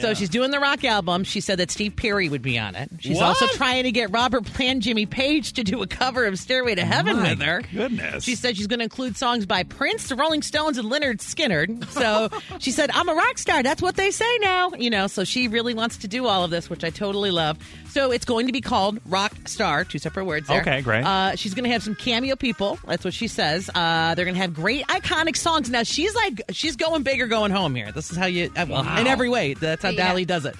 Speaker 2: So she's doing the rock album. She said that Steve Perry would be on it. She's
Speaker 1: What?
Speaker 2: also trying to get Robert Plant, Jimmy Page to do a cover of Stairway to Heaven
Speaker 1: My
Speaker 2: with her.
Speaker 1: goodness.
Speaker 2: She said she's going to include songs by Prince, the Rolling Stones, and Leonard Skinner. So she said, I'm a rock star. That's what they say now. You know, so she really wants to do all of this, which I totally love. So it's going to be called Rock Star, two separate words there.
Speaker 1: Okay, great.
Speaker 2: Uh, she's going to have some cameo people. That's what she says. Uh, they're going to have great iconic songs. Now she's like, she's going big or going home here. This is how you, uh, well, in every way, that's how
Speaker 3: Yeah.
Speaker 2: Dolly does it.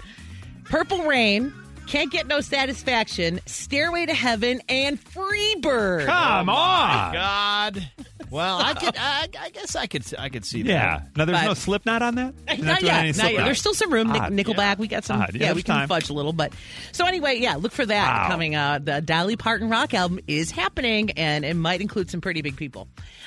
Speaker 2: Purple Rain. Can't get no satisfaction. Stairway to Heaven and Freebird.
Speaker 1: Come on.
Speaker 4: God. Well, I could. I, I guess I could. I could see that.
Speaker 1: Yeah. Now there's
Speaker 2: But-
Speaker 1: no Slipknot on that. You're
Speaker 2: Not
Speaker 1: doing
Speaker 2: yet.
Speaker 1: any
Speaker 2: Not
Speaker 1: Slipknot?
Speaker 2: yet. There's still some room. Nic-
Speaker 1: Odd,
Speaker 2: Nickelback.
Speaker 1: yeah.
Speaker 2: we got some.
Speaker 1: Odd. Yeah,
Speaker 2: Yeah, we
Speaker 1: there's
Speaker 2: can
Speaker 1: time.
Speaker 2: fudge a little. But so anyway, yeah. Look for that
Speaker 1: Wow.
Speaker 2: coming. Uh, the Dolly Parton rock album is happening, and it might include some pretty big people.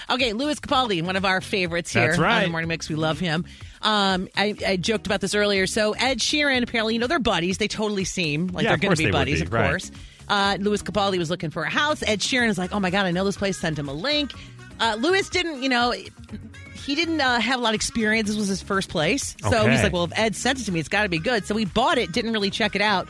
Speaker 2: Okay, Louis Capaldi, one of our favorites here
Speaker 1: That's
Speaker 2: on
Speaker 1: right.
Speaker 2: the Morning Mix. We love him. Um, I, I joked about this earlier. So Ed Sheeran, apparently, you know, they're buddies. They totally seem like
Speaker 1: Yeah,
Speaker 2: they're
Speaker 1: of
Speaker 2: going
Speaker 1: course
Speaker 2: to
Speaker 1: they
Speaker 2: be
Speaker 1: would
Speaker 2: buddies,
Speaker 1: be,
Speaker 2: of
Speaker 1: right.
Speaker 2: course. Uh, Louis Capaldi was looking for a house. Ed Sheeran is like, oh my God, I know this place. Send him a link. Uh, Louis didn't, you know, he didn't uh, have a lot of experience. This was his first place. So
Speaker 1: Okay.
Speaker 2: he's like, well, if Ed sent it to me, it's got to be good. So he bought it, didn't really check it out.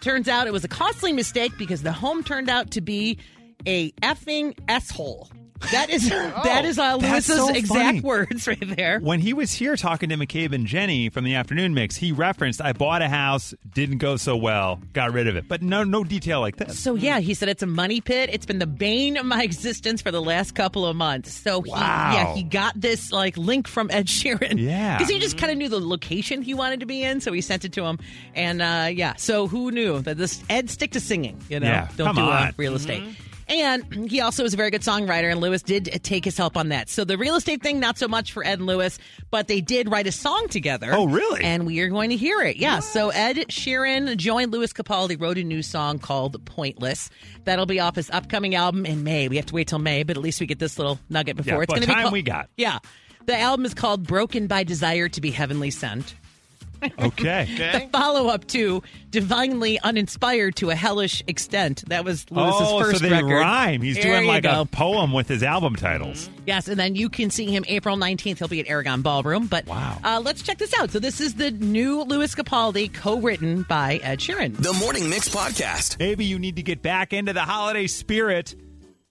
Speaker 2: Turns out it was a costly mistake because the home turned out to be a effing asshole. That is that is uh,
Speaker 1: Oh, that's
Speaker 2: Lewis's
Speaker 1: so
Speaker 2: exact
Speaker 1: funny.
Speaker 2: words right there.
Speaker 1: when he was here talking to McCabe and Jenny from the afternoon mix, he referenced I bought a house, didn't go so well, got rid of it. But no no detail like this.
Speaker 2: So yeah, he said it's a money pit. It's been the bane of my existence for the last couple of months. So he,
Speaker 1: Wow.
Speaker 2: yeah, he got this like link from Ed Sheeran.
Speaker 1: Yeah.
Speaker 2: because he just kind of knew the location he wanted to be in, so he sent it to him. And uh, yeah, so who knew that this Ed stick to singing? You know,
Speaker 1: Yeah,
Speaker 2: don't
Speaker 1: come
Speaker 2: do Uh,
Speaker 1: on.
Speaker 2: real estate. And he also is a very good songwriter, and Lewis did take his help on that. So the real estate thing, not so much for Ed and Lewis, but they did write a song together.
Speaker 1: Oh, really?
Speaker 2: And we are going to hear it. Yeah. So Ed Sheeran joined Lewis Capaldi, wrote a new song called Pointless. That'll be off his upcoming album in May. We have to wait till May, but at least we get this little nugget before
Speaker 1: Yeah,
Speaker 2: it's
Speaker 1: by
Speaker 2: going to be.
Speaker 1: time
Speaker 2: called-
Speaker 1: we got.
Speaker 2: Yeah. The album is called Broken by Desire to be Heavenly Sent
Speaker 1: Okay.
Speaker 2: the follow up to divinely uninspired to a hellish extent. That was Lewis's
Speaker 1: Oh,
Speaker 2: first
Speaker 1: so they
Speaker 2: record.
Speaker 1: rhyme. He's
Speaker 2: There
Speaker 1: doing
Speaker 2: you
Speaker 1: like a
Speaker 2: go.
Speaker 1: poem with his album titles.
Speaker 2: yes, and then you can see him April nineteenth. He'll be at Aragon Ballroom. But
Speaker 1: Wow.
Speaker 2: uh, let's check this out. So this is the new Lewis Capaldi, co-written by Ed Sheeran.
Speaker 5: The morning mix podcast.
Speaker 1: Maybe you need to get back into the holiday spirit.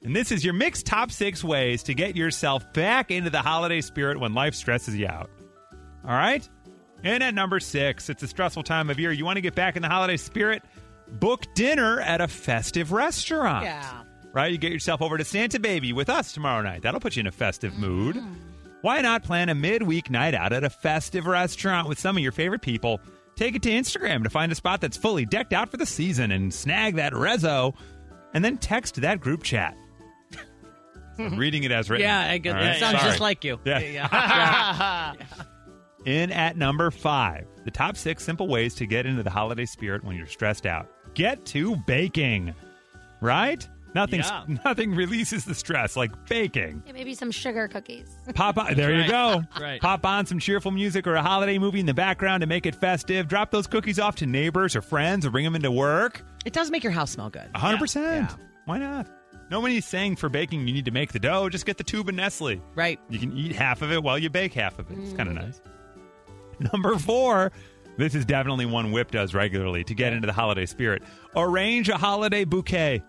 Speaker 1: And this is your mixed top six ways to get yourself back into the holiday spirit when life stresses you out. All right? And at number six, it's a stressful time of year. You want to get back in the holiday spirit? book dinner at a festive restaurant.
Speaker 2: Yeah.
Speaker 1: Right? You get yourself over to Santa Baby with us tomorrow night. That'll put you in a festive mood. Why not plan a midweek night out at a festive restaurant with some of your favorite people? Take it to Instagram to find a spot that's fully decked out for the season and snag that rezzo and then text that group chat. I'm reading it as written.
Speaker 2: Yeah, I get
Speaker 1: All
Speaker 2: that.
Speaker 1: right?
Speaker 2: Sounds
Speaker 1: Sorry.
Speaker 2: just like you.
Speaker 1: Yeah.
Speaker 2: yeah.
Speaker 1: In at number five, the top six simple ways to get into the holiday spirit when you're stressed out. Get to baking, right? Nothing,
Speaker 3: Yeah.
Speaker 1: nothing releases the stress like baking.
Speaker 3: Yeah, maybe some sugar cookies.
Speaker 1: Pop on, there you
Speaker 3: right.
Speaker 1: go.
Speaker 3: That's right.
Speaker 1: Pop on some cheerful music or a holiday movie in the background to make it festive. Drop those cookies off to neighbors or friends or bring them into work.
Speaker 2: It does make your house smell good.
Speaker 1: 100%. Why not? Nobody's saying for baking you need to make the dough. Just get the tube of Nestle.
Speaker 2: Right.
Speaker 1: You can eat half of it while you bake half of it.
Speaker 4: Mm.
Speaker 1: It's kind of nice. Number four. This is definitely one Whip does regularly to get into the holiday spirit. Arrange a holiday bouquet.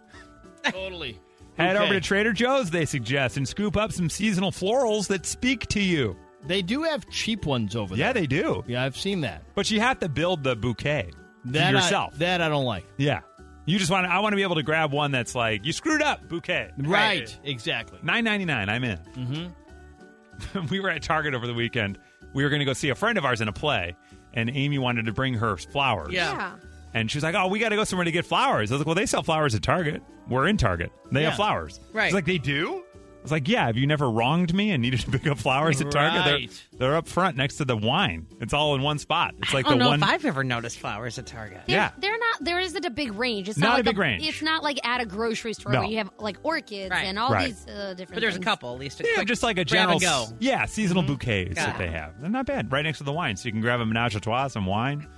Speaker 12: Totally.
Speaker 1: Head
Speaker 12: Okay.
Speaker 1: over to Trader Joe's, they suggest, and scoop up some seasonal florals that speak to you.
Speaker 4: They do have cheap ones over
Speaker 1: there. Yeah, they do.
Speaker 4: Yeah, I've seen that.
Speaker 1: But you have to build the bouquet to
Speaker 4: That I-
Speaker 1: yourself.
Speaker 4: that I don't like.
Speaker 1: Yeah. You just want to, I want to be able to grab one that's like, you screwed up, bouquet.
Speaker 4: Right, exactly.
Speaker 1: Nine ninety nine. I'm in. Mm-hmm. we were at Target over the weekend. We were going to go see a friend of ours in a play, and Amy wanted to bring her flowers.
Speaker 3: Yeah.
Speaker 1: And she was like, "Oh, we got to go somewhere to get flowers." I was like, "Well, they sell flowers at Target. We're in Target. They
Speaker 12: Yeah.
Speaker 1: have flowers."
Speaker 12: Right.
Speaker 1: She's like, "They do." I was like, "Yeah. Have you never wronged me and needed to pick up flowers at Target?
Speaker 2: Right.
Speaker 1: They're, they're up front next to the wine. It's all in one spot. It's like
Speaker 2: I don't
Speaker 1: the
Speaker 2: know
Speaker 1: one.
Speaker 2: Oh, if I've ever noticed flowers at Target.
Speaker 3: They're,
Speaker 1: Yeah.
Speaker 3: They're not, there isn't a big range. It's
Speaker 1: Not
Speaker 3: not,
Speaker 1: a
Speaker 3: like
Speaker 1: big range.
Speaker 3: It's not like at a grocery store
Speaker 1: No.
Speaker 3: where you have like orchids and all
Speaker 1: Right.
Speaker 3: these uh, different
Speaker 2: But there's a
Speaker 3: things.
Speaker 2: couple, at least.
Speaker 1: yeah, just like a general,
Speaker 2: grab
Speaker 1: s-
Speaker 2: and go. Mm-hmm.
Speaker 1: yeah, seasonal bouquets
Speaker 2: Got
Speaker 1: that
Speaker 2: it.
Speaker 1: they have. They're not bad, right next to the wine, so you can grab a menage a trois, some wine,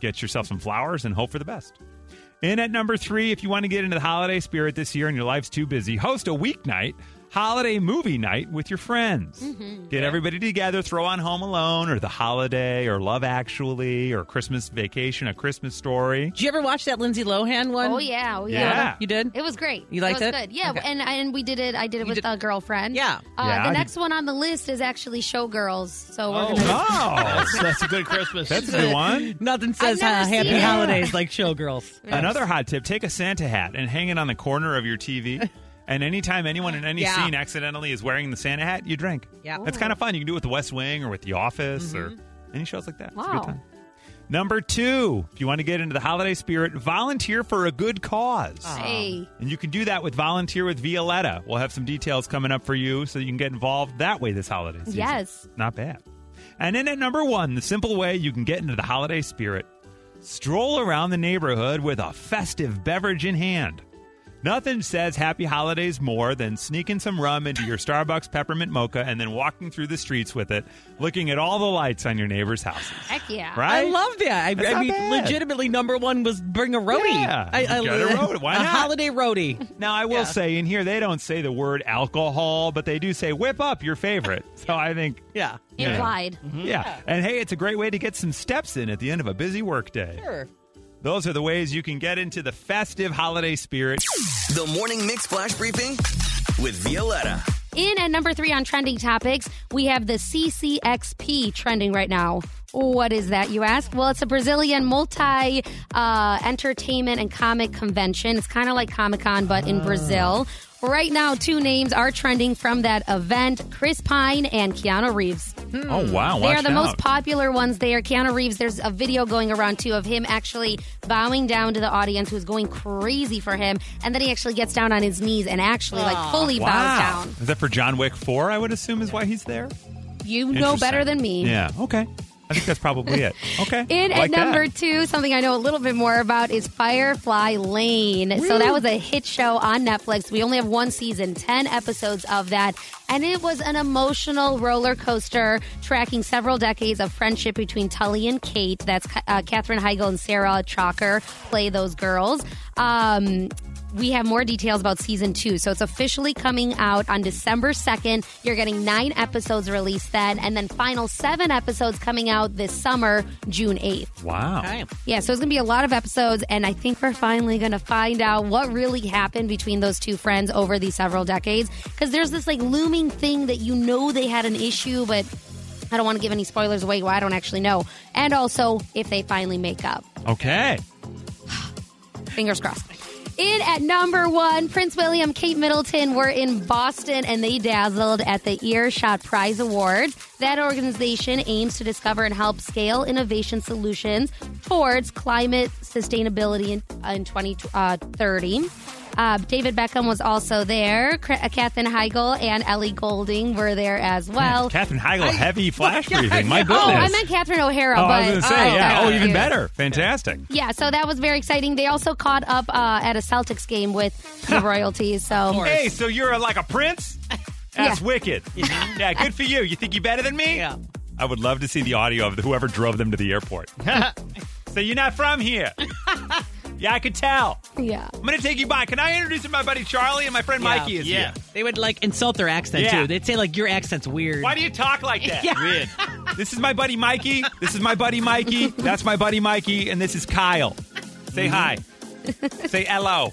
Speaker 1: get yourself some flowers, and hope for the best. In at number three, if you want to get into the holiday spirit this year and your life's too busy, host a weeknight holiday movie night with your friends.
Speaker 2: Mm-hmm.
Speaker 12: Mhm.
Speaker 1: Get everybody together, throw on Home Alone or The Holiday or Love Actually or Christmas Vacation, A Christmas Story.
Speaker 2: Did you ever watch that Lindsay Lohan one?
Speaker 3: Oh yeah, oh yeah.
Speaker 1: Yeah.
Speaker 2: You did?
Speaker 3: It was great.
Speaker 2: You liked
Speaker 3: it?
Speaker 2: it?
Speaker 3: was good. Yeah,
Speaker 2: Okay.
Speaker 3: and and we did it. I did it with a girlfriend. Yeah. Uh,
Speaker 1: Yeah,
Speaker 3: the
Speaker 1: I
Speaker 3: next one on the list is actually Showgirls. So we're
Speaker 1: Oh,
Speaker 3: gonna.
Speaker 1: wow.
Speaker 4: That's a good Christmas.
Speaker 1: That's a good one.
Speaker 2: Nothing says
Speaker 3: never
Speaker 2: uh,
Speaker 3: seen
Speaker 2: happy
Speaker 3: it.
Speaker 2: holidays like showgirls.
Speaker 1: Another hot tip take a Santa hat and hang it on the corner of your TV. and anytime anyone in any
Speaker 2: Yeah.
Speaker 1: scene accidentally is wearing the Santa hat, you drink.
Speaker 2: Yeah. Mm-hmm.
Speaker 1: That's kind of fun. You can do it with The West Wing or with The Office or any shows like that. It's a good
Speaker 2: Wow.
Speaker 1: time. Number two, if you want to get into the holiday spirit, volunteer for a good cause.
Speaker 3: Hey.
Speaker 1: And you can do that with Volunteer with Violetta. We'll have some details coming up for you so you can get involved that way this holiday season.
Speaker 3: Yes.
Speaker 1: Not bad. And then at number one, the simple way you can get into the holiday spirit stroll around the neighborhood with a festive beverage in hand. Nothing says happy holidays more than sneaking some rum into your Starbucks peppermint mocha and then walking through the streets with it, looking at all the lights on your neighbor's houses.
Speaker 3: Heck yeah.
Speaker 1: Right?
Speaker 2: I love that. I,
Speaker 1: That's
Speaker 2: I
Speaker 1: not
Speaker 2: mean,
Speaker 1: bad.
Speaker 2: legitimately, number one was bring a roadie.
Speaker 1: Yeah,
Speaker 2: I, I,
Speaker 1: get a roadie. Why
Speaker 2: a
Speaker 1: not?
Speaker 2: holiday roadie.
Speaker 1: Now, I will say in here, they don't say the word alcohol, but they do say whip up your favorite. So I think.
Speaker 2: Yeah.
Speaker 1: you know.
Speaker 3: Implied.
Speaker 1: Yeah. And hey, it's a great way to get some steps in at the end of a busy workday.
Speaker 2: Sure.
Speaker 1: Those are the ways you can get into the festive holiday spirit.
Speaker 5: The Morning Mix Flash Briefing with Violetta.
Speaker 3: In at number three on trending topics, we have the CCXP trending right now. What is that, you ask? Well, it's a Brazilian multi uh, entertainment and comic convention. It's kind of like Comic Con, but
Speaker 1: Ah.
Speaker 3: in Brazil. Right now, two names are trending from that event Chris Pine and Keanu Reeves.
Speaker 1: Oh, wow.
Speaker 3: Hmm. They are
Speaker 1: Watch
Speaker 3: the most
Speaker 1: out.
Speaker 3: popular ones there. Keanu Reeves, there's a video going around too of him actually bowing down to the audience who's going crazy for him. And then he actually gets down on his knees and actually like fully bows
Speaker 1: Ah. Wow.
Speaker 3: down.
Speaker 1: Is that for John Wick 4, I would assume, is why he's there?
Speaker 3: You know
Speaker 1: Interesting.
Speaker 3: better than me.
Speaker 1: Yeah. Okay. I think that's probably it. Okay.
Speaker 3: In at
Speaker 1: Like
Speaker 3: number
Speaker 1: that.
Speaker 3: two, something I know a little bit more about is Firefly Lane. So that was a hit show on Netflix. We only have one season, 10 episodes of that. And it was an emotional roller coaster tracking several decades of friendship between Tully and Kate. That's uh, Katherine Heigl and Sarah Chalker play those girls. Um, we have more details about season two. So it's officially coming out on December 2nd. You're getting nine episodes released then, and then final seven episodes coming out this summer, June 8th.
Speaker 1: Wow.
Speaker 3: Yeah, so it's going to be a lot of episodes, and I think we're finally going to find out what really happened between those two friends over these several decades. Because there's this like looming thing that you know they had an issue, but I don't want to give any spoilers away. Well, I don't actually know. And also if they finally make up.
Speaker 1: Okay.
Speaker 3: Fingers crossed. In at number one, Prince William, Kate Middleton were in Boston and they dazzled at the Earshot Prize Awards. That organization aims to discover and help scale innovation solutions towards climate sustainability in, uh, in 2030. Uh, David Beckham was also there. Cr- uh, Katherine Heigl and Ellie Golding were there as well.
Speaker 1: Catherine Heigl, heavy flash
Speaker 3: Yeah,
Speaker 1: breathing. My
Speaker 3: yeah.
Speaker 1: goodness.
Speaker 3: Oh, I meant Catherine O'Hara.
Speaker 1: Oh,
Speaker 3: but,
Speaker 1: I was going to say,
Speaker 3: oh,
Speaker 1: yeah.
Speaker 3: okay.
Speaker 1: Oh, even better. Fantastic.
Speaker 3: Yeah, so that was very exciting. They also caught up uh, at a Celtics game with the royalties. So
Speaker 1: Hey, so you're like a prince? That's
Speaker 3: Yeah.
Speaker 1: wicked. yeah, good for you. You think you're better than me? Yeah. I would love to see the audio of whoever drove them to the airport. so you're not from here. yeah, I could tell.
Speaker 3: yeah.
Speaker 1: I'm going to take you by. Can I introduce my buddy Charlie and my friend Mikey is
Speaker 2: yeah.
Speaker 1: here?
Speaker 2: They would like insult their accent
Speaker 1: Yeah.
Speaker 2: too. They'd say like your accent's weird.
Speaker 1: Why do you talk like that?
Speaker 2: Yeah.
Speaker 1: Weird. This is my buddy Mikey. This is my buddy Mikey. That's my buddy Mikey. And this is Kyle. Say hi. Say hello.